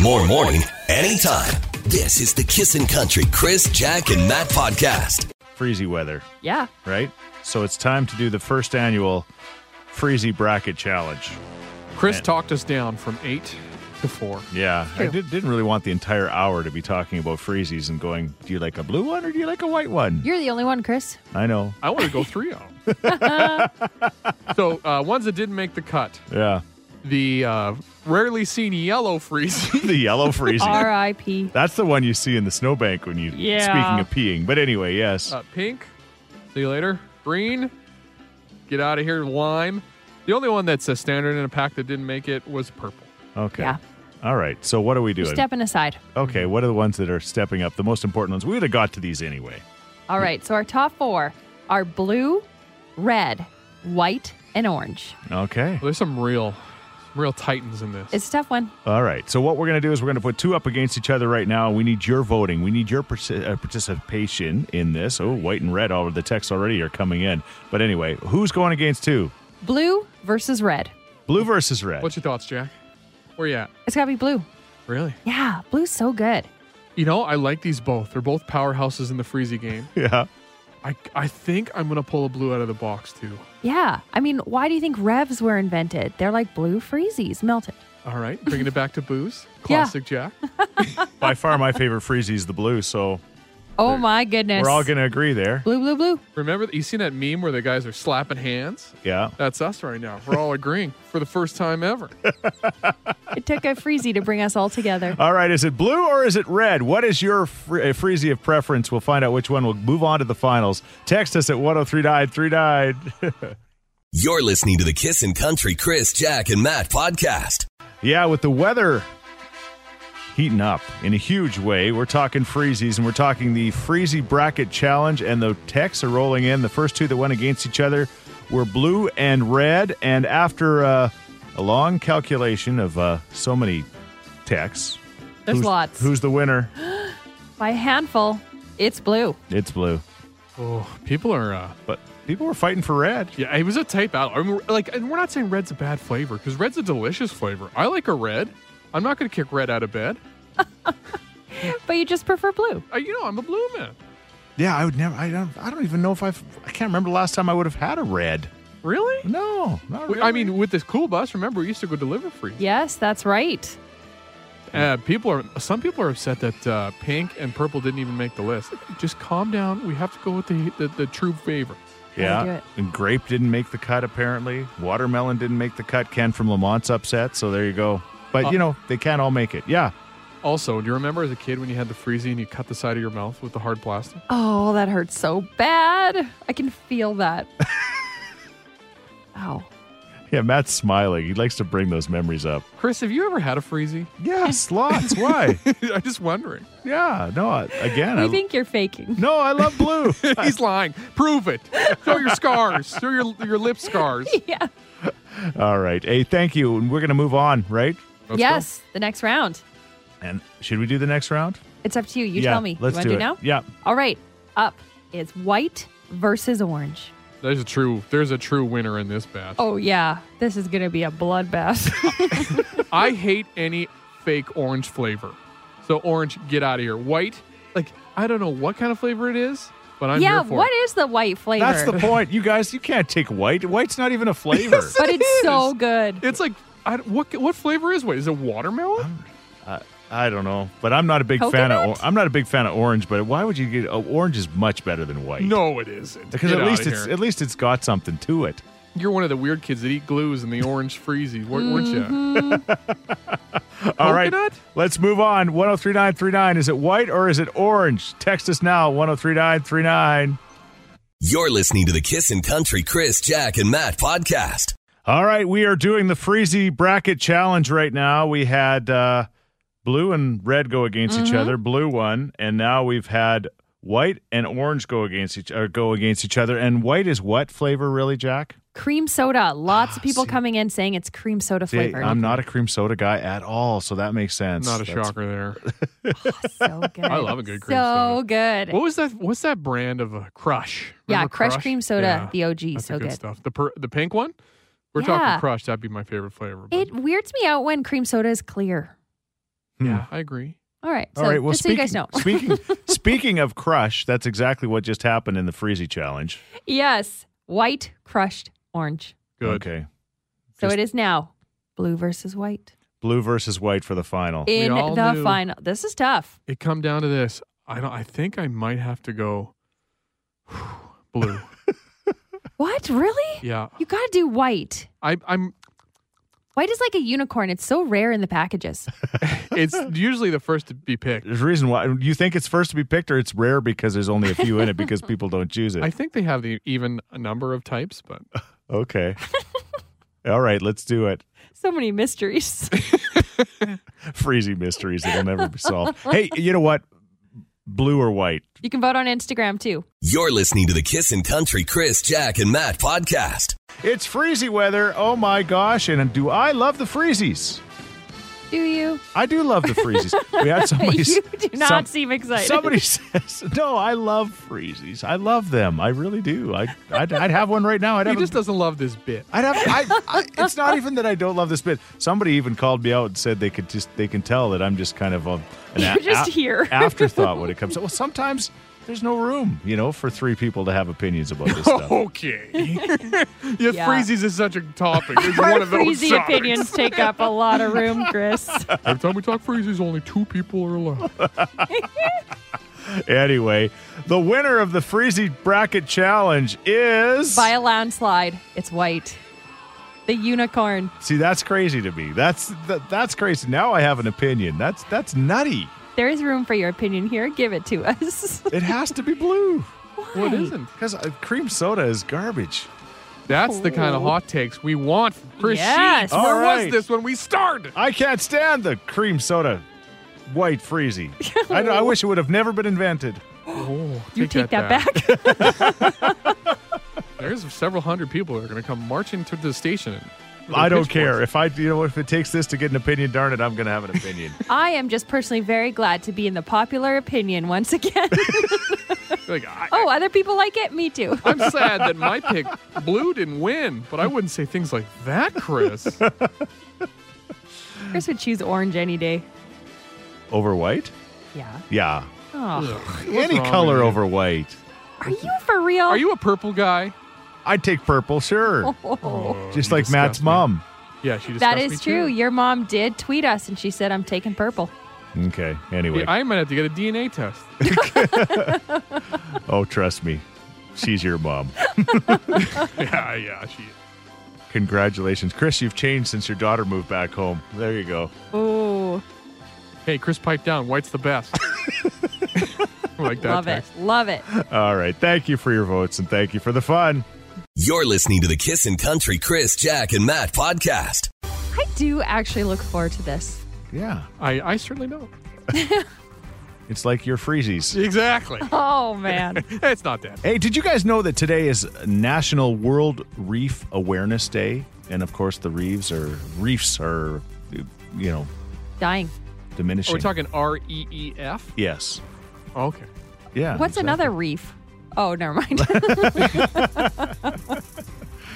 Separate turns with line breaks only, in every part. more morning, anytime. This is the Kissin' Country Chris, Jack, and Matt podcast.
Freezy weather,
Yeah.
right? So it's time to do the first annual Freezy Bracket Challenge.
Chris
Man.
talked us down from eight to four.
Yeah, I
True.
did, didn't really want the entire hour to be talking about freezies and going, do you like a blue one or do you like a white one?
You're the only one, Chris.
I know.
I want to go three on 'em. so uh, ones that didn't make the cut,
Yeah.
the uh, rarely seen yellow freeze.
The yellow freezy.
R.I.P.
That's the one you see in the snowbank when you,
Yeah.
speaking of peeing. But anyway, yes.
uh, pink. See you later. Green. Get out of here. Lime. The only one that's a standard in a pack that didn't make it was purple.
okay.
yeah.
All right. So what are we
You're
doing?
stepping aside.
okay. What are the ones that are stepping up? The most important ones. We would have got to these anyway.
All right. So our top four are blue, red, white, and orange.
Okay.
Well, there's some real, some real titans in this.
It's a tough one.
All right. So what we're going to do is we're going to put two up against each other right now. We need your voting. We need your perci- uh, participation in this. Oh, white and red. All of the texts already are coming in. But anyway, who's going against who?
Blue versus red.
Blue versus red.
What's your thoughts, Jack? Where you at?
It's got to be blue.
Really?
Yeah. Blue's so good.
You know, I like these both. They're both powerhouses in the Freezy game.
yeah.
I, I think I'm going to pull a blue out of the box, too.
Yeah. I mean, why do you think revs were invented? They're like blue freezies melted.
All right. Bringing it back to booze.
Yeah.
Classic Jack.
By far, my favorite freezy is the blue. So
Oh my goodness.
we're all going to agree there.
blue, blue, blue.
Remember, you seen that meme where the guys are slapping hands?
Yeah.
That's us right now. We're all agreeing for the first time ever.
It took a freezy to bring us all together.
All right. Is it blue or is it red? What is your fr- uh, freezy of preference? We'll find out which one. We'll move on to the finals. Text us at 103939.
You're listening to the Kissin' Country Chris, Jack, and Matt podcast.
Yeah, with the weather heating up in a huge way, we're talking freezies and we're talking the Freezy Bracket Challenge, and the texts are rolling in. The first two that went against each other were blue and red, and after uh, a long calculation of uh, so many texts,
There's
who's,
lots.
Who's the winner?
By handful, it's blue.
It's blue.
Oh, people are. Uh,
But people were fighting for red.
yeah, it was a type out. I mean, like, and we're not saying red's a bad flavor because red's a delicious flavor. I like a red. I'm not going to kick red out of bed.
But you just prefer blue.
I, you know, I'm a blue man.
Yeah, I would never. I don't. I don't even know if I've. I can't remember the last time I would have had a red.
Really?
No, not
I
really.
mean, with this cool bus, remember we used to go deliver free.
Yes, that's right.
Uh, people are. Some people are upset that uh, pink and purple didn't even make the list. Just calm down. We have to go with the the, the true favor.
How do you
Yeah.
do
And grape didn't make the cut, apparently. Watermelon didn't make the cut. Ken from Lamont's upset. So there you go.
Uh,
But, you know, they can't all make it. Yeah.
Also, do you remember as a kid when you had the freezy and you cut the side of your mouth with the hard plastic?
Oh, that hurts so bad. I can feel that. Ow.
Yeah, Matt's smiling. He likes to bring those memories up.
Chris, have you ever had a freezy?
Yeah, slots. Why?
I'm just wondering.
Yeah. No, I- again,
We
I,
think you're faking.
no, I love blue.
He's lying. Prove it. Show your scars. Show your your lip scars.
Yeah.
all right. Hey, thank you. And we're going to move on, right?
Let's
yes, the next round.
And should we do the next round?
It's up to you. You
Yeah,
tell me.
Let's
you
do,
to
it.
do now?
Yeah.
All right. Up is white versus orange.
go. There's a true. There's a true winner in this batch.
Oh, yeah. This is going to be a bloodbath.
I hate any fake orange flavor. So orange, get out of here. White, like I don't know what kind of flavor it is, but I'm
yeah,
here for
what
it.
is the white flavor?
That's the point. You guys, you can't take white. White's not even a flavor.
but it's so good.
It's like I, don't- what what flavor is white? Is it watermelon?
I don't know, but I'm not a big fan of
Coconut?
or- I'm not a big fan of orange. But why would you get oh, orange is much better than white?
No, it isn't.
because
Get
at least
outta
it's
here.
at least it's got something to it.
you're one of the weird kids that eat glues and the orange freezies, weren't, weren't
Mm-hmm.
you?
All right,
Coconut?
let's move on. 103939 is it white or is it orange? Text us now 103939.
You're listening to the Kissin' Country Chris, Jack, and Matt podcast.
All right, we are doing the Freezy bracket challenge right now. We had uh, blue and red go against each other, blue one, and now we've had white and orange go against each or go against each other. And white is what flavor really, Jack?
cream soda. Lots of people coming in saying it's cream soda
See,
flavored.
I'm not a cream soda guy at all, so that makes sense.
Not a
That's-
shocker there.
Oh, so good.
I love a good cream
So
soda.
good.
What was that? What's that brand of a crush?
yeah,
Remember
crush cream soda,
Yeah.
the OG,
That's
so
the good,
good.
stuff. The per, the pink one. We're
Yeah.
talking crush. That'd be my favorite flavor. but-
It weirds me out when cream soda is clear.
Yeah, I agree.
All right. So
hmm. All right. Well,
just so you guys know.
speaking speaking of crush, that's exactly what just happened in the Freezy challenge.
yes. White crushed orange.
Good.
Okay.
So
Just-
it is now blue versus white
Blue versus white for the final.
in
all
the
knew.
final. This is tough.
It come down to this. I don't. I think I might have to go blue.
What? Really?
yeah,
You got to do white.
I, I'm.
White is like a unicorn. It's so rare in the packages.
It's usually the first to be picked.
there's a reason why you think it's first to be picked, or it's rare because there's only a few in it because people don't choose it.
I think they have the even number of types, but
okay. All right, let's do it.
So many mysteries.
Freezy mysteries that'll never be solved. Hey, you know what? Blue or white?
you can vote on Instagram too.
You're listening to the Kissin' Country Chris, Jack, and Matt podcast.
It's freezy weather. Oh my gosh! And do I love the freezies?
Do you?
I do love the freezies. We had somebody.
you do not
some-
seem excited.
Somebody says, "No, I love freezies. I love them. I really do. I, I'd, I'd have one right now. I'd
he
have.
just
a,
doesn't love this bit.
I'd have. I, I, it's not even that I don't love this bit. Somebody even called me out and said they could just. They can tell that I'm just kind of a, an
You're just here.
afterthought when it comes. to Well, sometimes there's no room, you know, for three people to have opinions about this stuff.
Okay. yeah,
Yeah.
freezies is such a topic. It's one of those
Crazy
sides.
opinions take up a lot of room, Chris.
Every time we talk freezies, only two people are allowed.
Anyway, the winner of the Freezy Bracket Challenge is.
By a landslide, it's white. The unicorn.
See, that's crazy to me. That's that, that's crazy. Now I have an opinion. That's that's nutty.
There is room for your opinion here. Give it to us.
It has to be blue
What isn't?
because cream soda is garbage.
That's the kind of hot takes we want, from Chris.
Yes.
Sheets. Where
Alright.
was this when we started?
I can't stand the cream soda white freezy. I, I wish it would have never been invented.
Oh,
You take that back.
There's several hundred people that are going to come marching to the station. with their
I don't care
pitchforks.
if I you know if it takes this to get an opinion. Darn it, I'm going to have an opinion.
I am just personally very glad to be in the popular opinion once again.
Like, I,
oh, other people like it? Me too.
I'm sad that my pick, blue, didn't win, but I wouldn't say things like that, Chris.
Chris would choose orange any day.
over white?
Yeah.
Yeah,
Oh.
any
wrong
color
with you?
over white.
Are you for real?
Are you a purple guy?
I'd take purple, sure.
Oh.
Oh,
Just
you
like Matt's
disgust me.
mom.
Yeah, she
That
disgusts
is
me
true.
too.
Your mom did tweet us and she said, I'm taking purple.
Okay. Anyway,
Yeah, I might have to get a DNA test.
oh trust me, she's your mom.
yeah, Ah, yeah, she.
Congratulations, Chris. You've changed since your daughter moved back home. There you go.
Ooh.
Hey, Chris, pipe down. White's the best. like that.
Love
text.
it. Love it.
All right. Thank you for your votes and thank you for the fun.
You're listening to the Kissin' Country Chris, Jack, and Matt podcast.
I do actually look forward to this.
Yeah.
I, I certainly don't.
It's like your freezies.
Exactly.
Oh, man.
it's not that.
Hey, did you guys know that today is National World Reef Awareness Day? And of course, the reefs are reefs are, you know,
Dying.
diminishing.
Are we talking R E E F?
yes.
Okay.
Yeah.
What's
exactly.
another reef? Oh, never mind.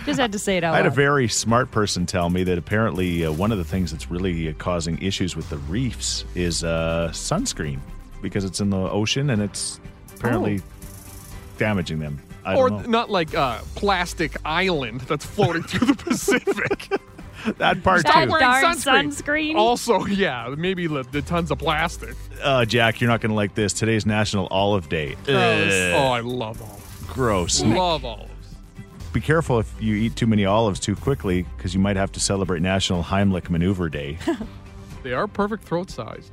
Just had to say it out
I had a
loud.
very smart person tell me that apparently uh, one of the things that's really uh, causing issues with the reefs is uh, sunscreen because it's in the ocean and it's apparently damaging them. I
Or
don't know.
not like a plastic island that's floating through the Pacific.
that part
Stop
Stop
too.
working.
wearing
Darn
sunscreen.
sunscreen.
Also, yeah, maybe the, the tons of plastic.
Uh, Jack, you're not going to like this. Today's National Olive Day.
Oh, I love olives.
Gross.
Love olives.
Be careful if you eat too many olives too quickly because you might have to celebrate National Heimlich Maneuver Day. Uh,
They are perfect throat sized.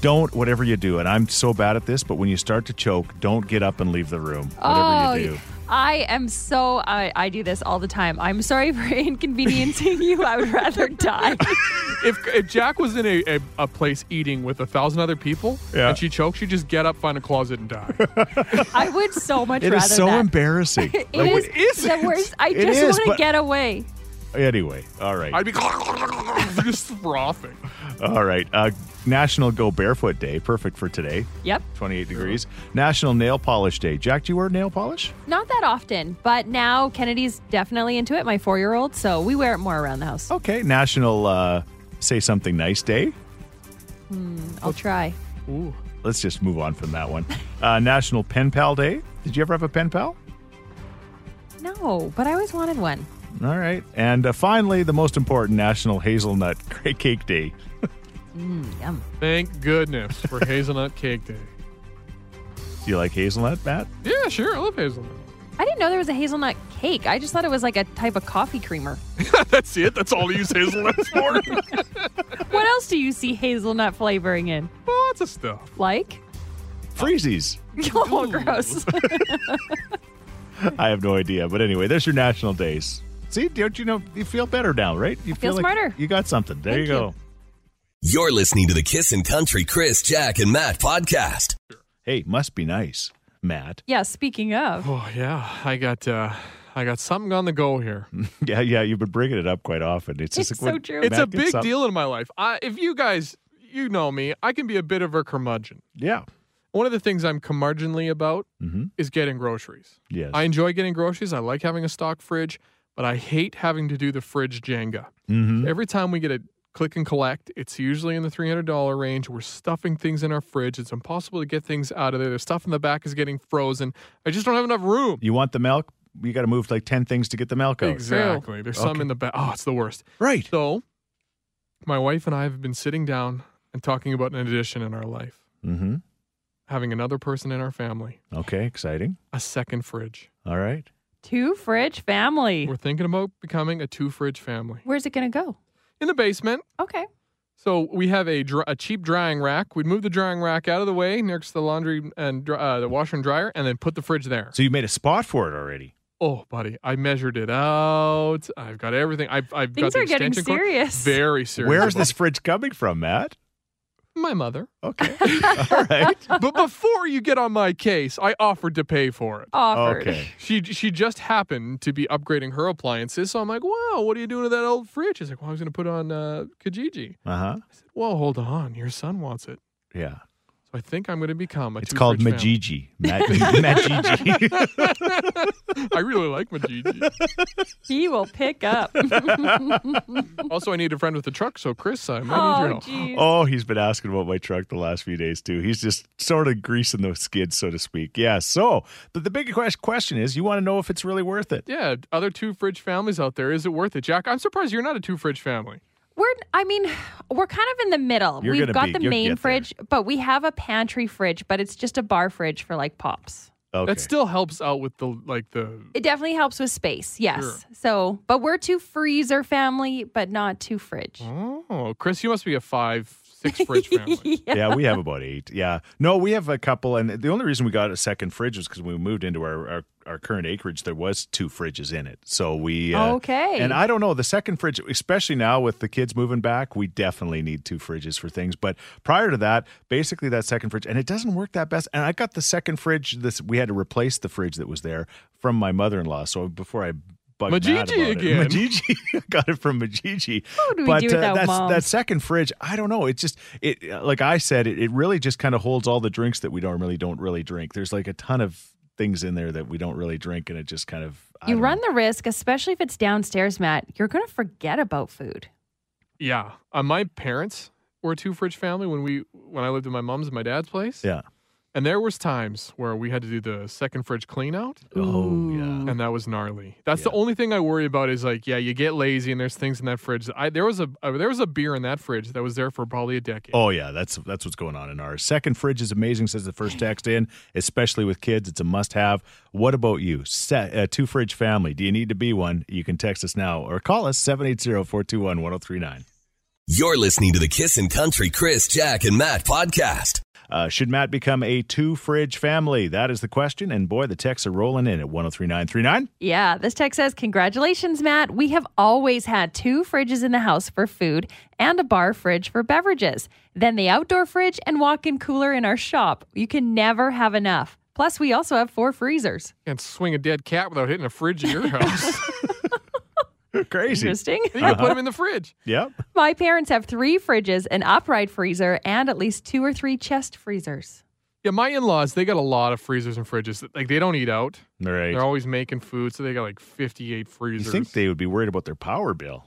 don't, whatever you do, and I'm so bad at this, but when you start to choke, don't get up and leave the room. Whatever
Oh,
you do.
I am so. I, I do this all the time. I'm sorry for inconveniencing you. I would rather die.
If, if Jack was in a, a, a place eating with a thousand other people
Yeah.
and she chokes, you just get up, find a closet, and die.
I would so much
It
rather
is so
that.
embarrassing.
It
Like,
is
it isn't.
the worst. I
It
just
is,
want to
but-
get away.
eh, Anyway, all right.
I'd be just frothing.
All right. Uh, National Go Barefoot Day. Perfect for today.
Yep.
28 degrees. National Nail Polish Day. Jack, do you wear nail polish?
Not that often, but now Kennedy's definitely into it, my four year old,
Oh.
so we wear it more around the house.
Okay. National uh, Say Something Nice Day.
I'll try.
Ooh.
Let's just move on from that one. Uh, National Pen Pal Day. Did you ever have a pen pal?
No, but I always wanted one.
All right. And uh, finally, the most important National Hazelnut Cake Day.
Yum.
Thank goodness for Hazelnut Cake Day.
Do you like hazelnut, Matt?
Yeah, sure. I love hazelnut.
I didn't know there was a hazelnut cake. I just thought it was like a type of coffee creamer.
That's it. That's all you use hazelnuts for.
what else do you see hazelnut flavoring in?
Lots of stuff.
Like?
Freezies.
Oh, gross.
I have no idea. But anyway, there's your national days. See, don't you know? You feel better now, right? You
feel smarter.
You got something. There
Thank
you go.
you.
You're listening to the Kissin' Country Chris, Jack, and Matt podcast.
Hey, must be nice, Matt.
yeah, speaking of.
Oh yeah, I got uh, I got something on the go here.
Yeah, yeah. You've been bringing it up quite often. It's just
It's
like
so
when
true.
Matt
It's a
gets
big
up-
deal in my life. I, if you guys, you know me, I can be a bit of a curmudgeon.
Yeah.
One of the things I'm curmudgeonly about
Mhm.
is getting groceries.
Yes.
I enjoy getting groceries. I like having a stock fridge, but I hate having to do the fridge Jenga.
mm-hmm.
Every time we get a click and collect, it's usually in the $300 range. We're stuffing things in our fridge. It's impossible to get things out of there. The stuff in the back is getting frozen. I just don't have enough room.
You want the milk? You got to move like 10 things to get the milk out.
Exactly. There's some
Okay.
in the back. Oh, it's the worst.
Right.
So, my wife and I have been sitting down and talking about an addition in our life,
Mm-hmm.
having another person in our family,
Okay. Exciting.
a second fridge.
All right.
Two fridge family.
We're thinking about becoming a two fridge family
Where's it going to go?
in the basement.
Okay.
So we have a, dr- a cheap drying rack. We'd move the drying rack out of the way next to the laundry and dr- uh, the washer and dryer, and then put the fridge there.
So you made a spot for it already.
Oh, buddy, I measured it out. I've got everything. I've, I've
Things
got the
are getting
extension cord.
serious.
Very serious.
Where's this fridge coming from, Matt?
My mother.
Okay. All right.
but before you get on my case, I offered to pay for it.
Offered.
Okay.
She she just happened to be upgrading her appliances, so I'm like, "Wow, what are you doing to that old fridge?" She's like, "Well, I was going to put on uh, Kijiji."
Uh huh.
I said, "Well, hold on, your son wants it,
Yeah.
so I think I'm going to become a."
It's called
two-fridge
Majiji. Matt, Majiji.
family. I really like Majiji.
He will pick up.
also, I need a friend with a truck, so Chris, I might need your
oh,
help.
geez.
oh, he's been asking about my truck the last few days too. He's just sort of greasing the skids, so to speak. Yeah. So, but the big quest- question is, you want to know if it's really worth it.
Yeah, other two fridge families out there, is it worth it, Jack? I'm surprised you're not a two fridge family.
We're, I mean, we're kind of in the middle.
You're gonna
We've got
be-
the
you'll
main
get there.
fridge, but we have a pantry fridge, but it's just a bar fridge for like pops.
Okay.
That still helps out with the like the
It definitely helps with space, yes.
Sure.
So, but we're two freezer family, but not two fridge.
oh, Chris, you must be a five six fridge family.
yeah, we have about eight. Yeah. No, we have a couple. And the only reason we got a second fridge was because when we moved into our, our, our current acreage, there was two fridges in it. So we. Uh,
Okay.
And I don't know. The second fridge, especially now with the kids moving back, we definitely need two fridges for things. But prior to that, basically that second fridge, and it doesn't work that best. And I got the second fridge. This We had to replace the fridge that was there from my mother in law. So before I. bugged Matt
Majiji
about it-
again.
Majiji. I got it from Majiji. How
do we
but, uh,
do without
that's,
moms?
That second fridge, I don't know. It's just it like I said, it, it really just kind of holds all the drinks that we don't really don't really drink. There's like a ton of things in there that we don't really drink, and it just kind of I
you
don't
run the risk, especially if it's downstairs, Matt, you're going to forget about food.
Yeah, uh, my parents were a two fridge family when we when I lived in my mom's and my dad's place.
Yeah.
and there was times where we had to do the second fridge clean out,
Know. Oh yeah.
and that was gnarly. That's the
Yeah.
only thing I worry about is like, yeah, you get lazy, and there's things in that fridge. that I there was a uh, there was a beer in that fridge that was there for probably a decade.
Oh yeah, that's that's what's going on in ours. Second fridge is amazing. Says the first text in, especially with kids, it's a must-have. What about you? Set, uh, two fridge family. Do you need to be one? You can text us now or call us 780-421-1039.
You're listening to the Kissin' Country Chris, Jack, and Matt podcast.
Uh, should Matt become a two fridge family? That is the question. And boy, the texts are rolling in at 103939.
Yeah, this text says, Congratulations, Matt. We have always had two fridges in the house for food and a bar fridge for beverages, then the outdoor fridge and walk in cooler in our shop. You can never have enough. Plus, we also have four freezers.
Can't swing a dead cat without hitting a fridge at your house.
Crazy.
Interesting.
Uh-huh.
you gotta put him in the fridge.
Yep.
My parents have three fridges, an upright freezer, and at least two or three chest freezers.
Yeah, my in laws they got a lot of freezers and fridges. Like they don't eat out.
All right.
They're always making food, so they got like 58
You
freezers.
think they would be worried about their power bill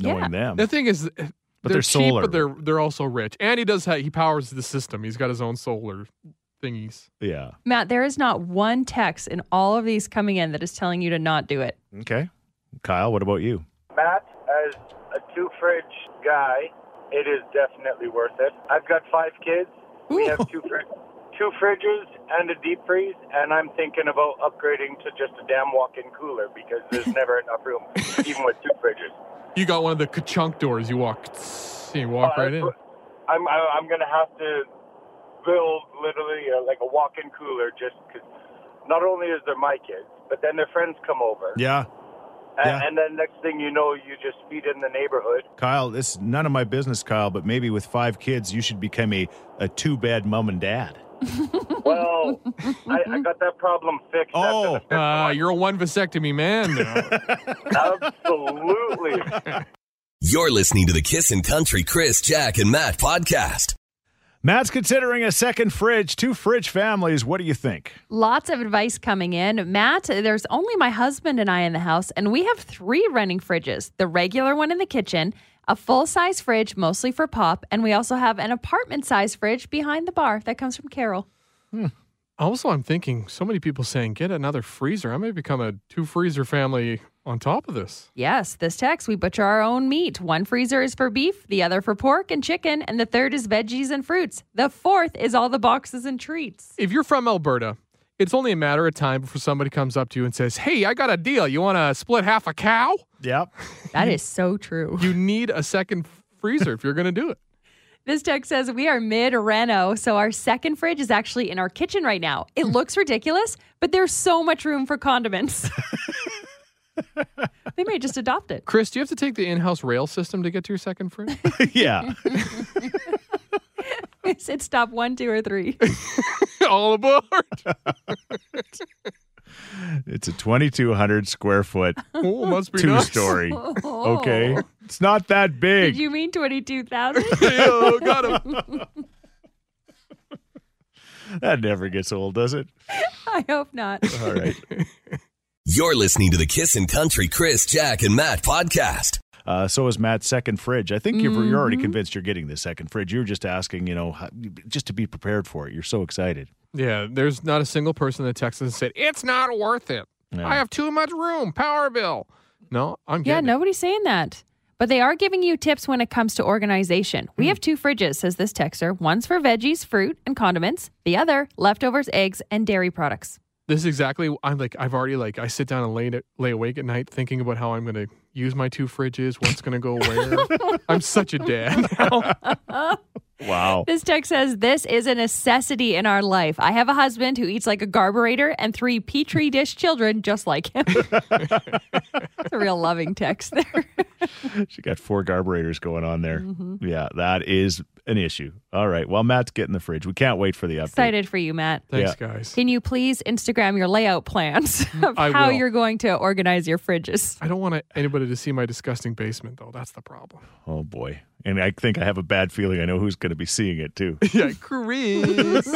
knowing them?
the thing is,
um, But they're, solar.
but they're they're also rich. And he does ha- he powers the system. He's got his own solar thingies.
yeah.
Matt, there is not one text in all of these coming in that is telling you to not do it.
Okay. Kyle, what about you?
Matt, as a two fridge guy, it is definitely worth it. I've got five kids. We have two fri- two fridges and a deep freeze, and I'm thinking about upgrading to just a damn walk-in cooler because there's never enough room, even with two fridges.
You got one of the ka-chunk doors. You walk you walk right in.
I'm I- I'm gonna have to build literally a, like a walk-in cooler just because not only is there my kids, but then their friends come over,
Yeah.
and,
yeah.
and then next thing you know, you just feed in the neighborhood.
Kyle, this is none of my business, Kyle, but maybe with five kids, you should become a, a two bed mom and dad.
Well, I, I got that problem fixed.
Oh.
after
Uh, you're a one vasectomy man now.
the, absolutely.
You're listening to the Kissin' Country Chris, Jack, and Matt podcast.
Matt's considering a second fridge, two fridge families. What do you think?
Lots of advice coming in. Matt, there's only my husband and I in the house, and we have three running fridges the regular one in the kitchen, a full size fridge, mostly for pop, and we also have an apartment size fridge behind the bar that comes from Carol.
also, I'm thinking so many people saying get another freezer. I may become a two freezer family on top of this.
Yes, this text, we butcher our own meat. One freezer is for beef, the other for pork and chicken, and the third is veggies and fruits. The fourth is all the boxes and treats.
If you're from Alberta, it's only a matter of time before somebody comes up to you and says, "Hey, I got a deal. You want to split half a cow?"
Yep.
That is so true.
You need a second freezer if you're going to do it.
This text says we are mid reno, so our second fridge is actually in our kitchen right now. It looks ridiculous, but there's so much room for condiments. they may just adopt it.
Chris, do you have to take the in-house rail system to get to your second fridge?
yeah.
It's it's stop one, two, or three.
All aboard!
It's a 2,200 square foot,
Oh, must be
two
nice.
story.
Oh.
Okay. It's not that big.
Did you mean twenty two thousand?
Yo, got him.
that never gets old, does it?
I hope not.
All right.
You're listening to the Kissin' Country Chris, Jack, and Matt podcast.
Uh, so is Matt's second fridge. I think you've, you're
Mm-hmm.
already convinced you're getting the second fridge. You're just asking, you know, how, just to be prepared for it. You're so excited.
Yeah, there's not a single person that texted and said it's not worth it.
No.
I have too much room. Power bill. No, I'm
Yeah,
getting it.
nobody's saying that. But they are giving you tips when it comes to organization. We have two fridges, says this texter. One's for veggies, fruit, and condiments. The other, leftovers, eggs, and dairy products.
This is exactly. I'm like I've already like I sit down and lay to, lay awake at night thinking about how I'm gonna use my two fridges. What's gonna go where? I'm such a dad. now.
Wow.
This text says, This is a necessity in our life. I have a husband who eats like a carburetor and three Petri dish children just like him. It's a real loving text there.
She got four carburetors going on there. Yeah, that is an issue. All right. Well, Matt's getting the fridge. We can't wait for the update.
Excited for you, Matt.
Thanks,
Yeah.
guys.
Can you please Instagram your layout plans of
I
how
will.
you're going to organize your fridges?
I don't want anybody to see my disgusting basement though. That's the problem.
Oh boy. And I think I have a bad feeling I know who's going to be seeing it too.
yeah, Chris.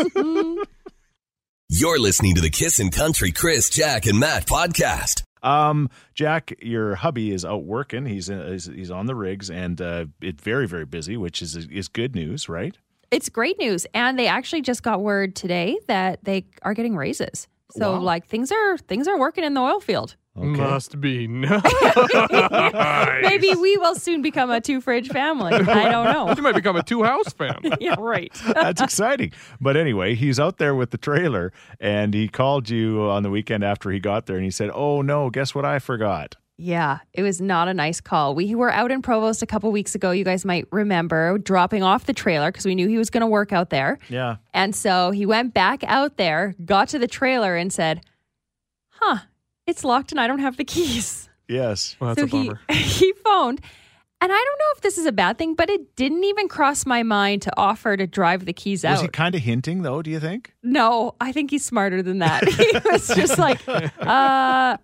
You're listening to the Kissin' Country Chris, Jack, and Matt podcast.
Um, Jack, your hubby is out working. He's uh, he's, he's on the rigs and uh, it's very very busy, which is is good news, right?
It's great news. And they actually just got word today that they are getting raises. So
Wow.
like things are things are working in the oil field.
Must be no.
Maybe we will soon become a two fridge family. I don't know.
you might become a two house family.
Yeah, right.
That's exciting. But anyway, he's out there with the trailer and he called you on the weekend after he got there and he said, "Oh no, guess what I forgot."
Yeah, it was not a nice call. We were out in Provost a couple weeks ago. You guys might remember dropping off the trailer because we knew he was going to work out there.
Yeah.
And so he went back out there, got to the trailer, and said, Huh, it's locked and I don't have the keys.
Yes.
Well, that's
so
a bummer.
He, he phoned. And I don't know if this is a bad thing, but it didn't even cross my mind to offer to drive the keys out.
Was he kind of hinting though, do you think?
No, I think he's smarter than that. he was just like, uh, I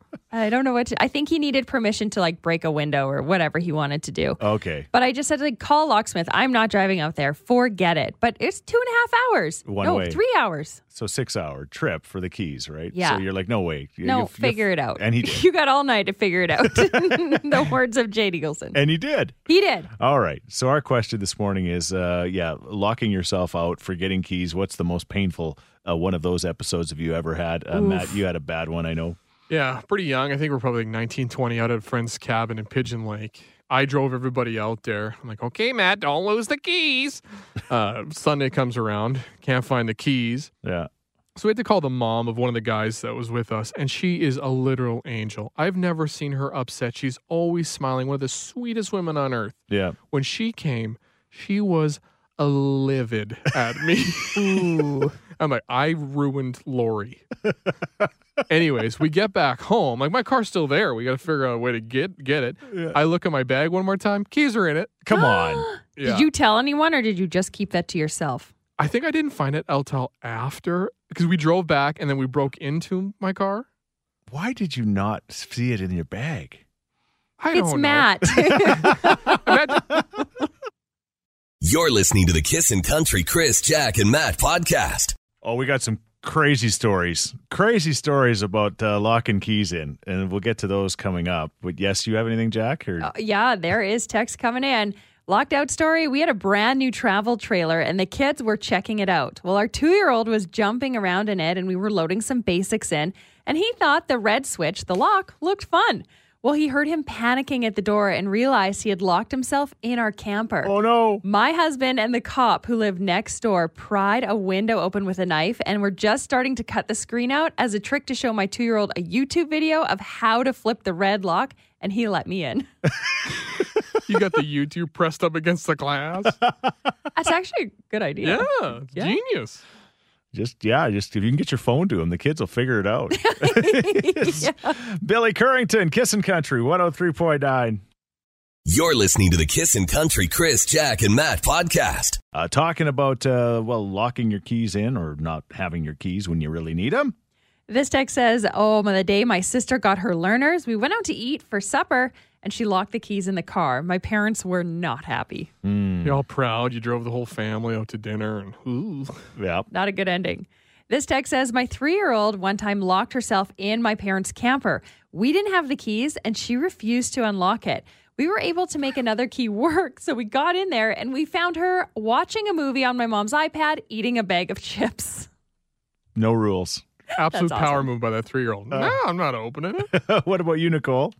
don't know what to. I think he needed permission to like break a window or whatever he wanted to do.
Okay.
But I just said, like, call locksmith. I'm not driving out there. Forget it. But it's two and a half hours.
One
no,
way.
three hours.
So six hour trip for the keys, right?
Yeah.
So you're like, no, wait. You-
No,
you- you-
figure it out.
And he did.
You got all night to figure it out. the words of Jay Eagleson.
and he did.
He did.
All right. So our question this morning is, uh, yeah, locking yourself out, forgetting keys. What's the most painful uh, one of those episodes have you ever had? Uh, Matt, you had a bad one, I know.
Yeah, pretty young. I think we're probably like 19, 20 out at a friend's cabin in Pigeon Lake. I drove everybody out there. I'm like, okay, Matt, don't lose the keys. Uh, Sunday comes around, can't find the keys.
Yeah.
So we had to call the mom of one of the guys that was with us, and she is a literal angel. I've never seen her upset. She's always smiling, one of the sweetest women on earth.
Yeah.
When she came, she was livid at me. I'm like, I ruined Lori. Anyways, we get back home. Like my car's still there. We got to figure out a way to get get it. I look at my bag one more time. Keys are in it.
Come on.
Yeah.
Did you tell anyone or did you just keep that to yourself?
I think I didn't find it until after because we drove back and then we broke into my car.
Why did you not see it in your bag?
I
it's
don't
Matt.
know. Matt.
You're listening to the Kissin' Country Chris, Jack, and Matt podcast.
Oh, we got some crazy stories. Crazy stories about uh, locking keys in, and we'll get to those coming up. But yes, you have anything, Jack? Or
Uh, yeah, there is text coming in. Locked out story. We had a brand new travel trailer and the kids were checking it out. Well, our two year old was jumping around in it and we were loading some basics in, and he thought the red switch, the lock, looked fun. Well, he heard him panicking at the door and realized he had locked himself in our camper.
oh no,
My husband and the cop who lived next door pried a window open with a knife and were just starting to cut the screen out as a trick to show my two year old a YouTube video of how to flip the red lock, and he let me in.
you got the YouTube pressed up against the glass.
That's actually a good idea.
Yeah, genius.
just yeah, just if you can get your phone to him, the kids will figure it out. Billy Currington, Kissin' Country, one hundred three point nine.
You're listening to the Kissin' Country Chris, Jack, and Matt podcast.
Uh, talking about uh, well, locking your keys in or not having your keys when you really need them.
This text says, Oh, my- the day my sister got her learners, we went out to eat for supper and she locked the keys in the car. My parents were not happy.
You're all proud. You drove the whole family out to dinner and ooh.
Yeah.
Not a good ending. This text says, My three year old one time locked herself in my parents' camper. We didn't have the keys and she refused to unlock it. We were able to make another key work. So we got in there and we found her watching a movie on my mom's iPad, eating a bag of chips.
No rules.
Absolute power
awesome.
move by that three year old. no, I'm not opening it.
what about you, Nicole?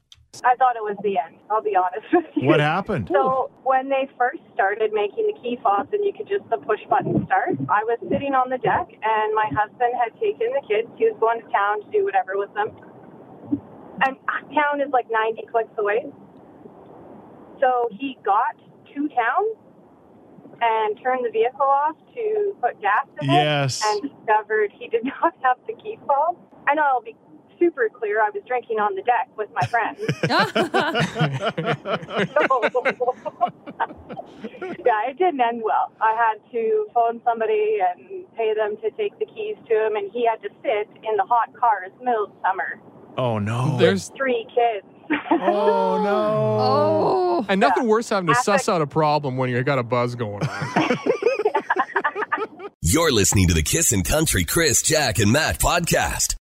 I thought it was the end. I'll be honest with you.
What happened?
So when they first started making the key fobs and you could just the push button start, I was sitting on the deck and my husband had taken the kids. He was going to town to do whatever with them. And uh, town is like 90 clicks away. So he got to town and turned the vehicle off to put gas in it
Yes.
and discovered he did not have the key fob. I know I'll be super clear. I was drinking on the deck with my friends. yeah, it didn't end well. I had to phone somebody and pay them to take the keys to him, and he had to sit in the hot cars middle of summer.
oh no.
There's
Three kids.
Oh no.
oh.
and nothing worse than having to suss out a problem when you got a buzz going on.
You're listening to the Kissin' Country Chris, Jack, and Matt podcast.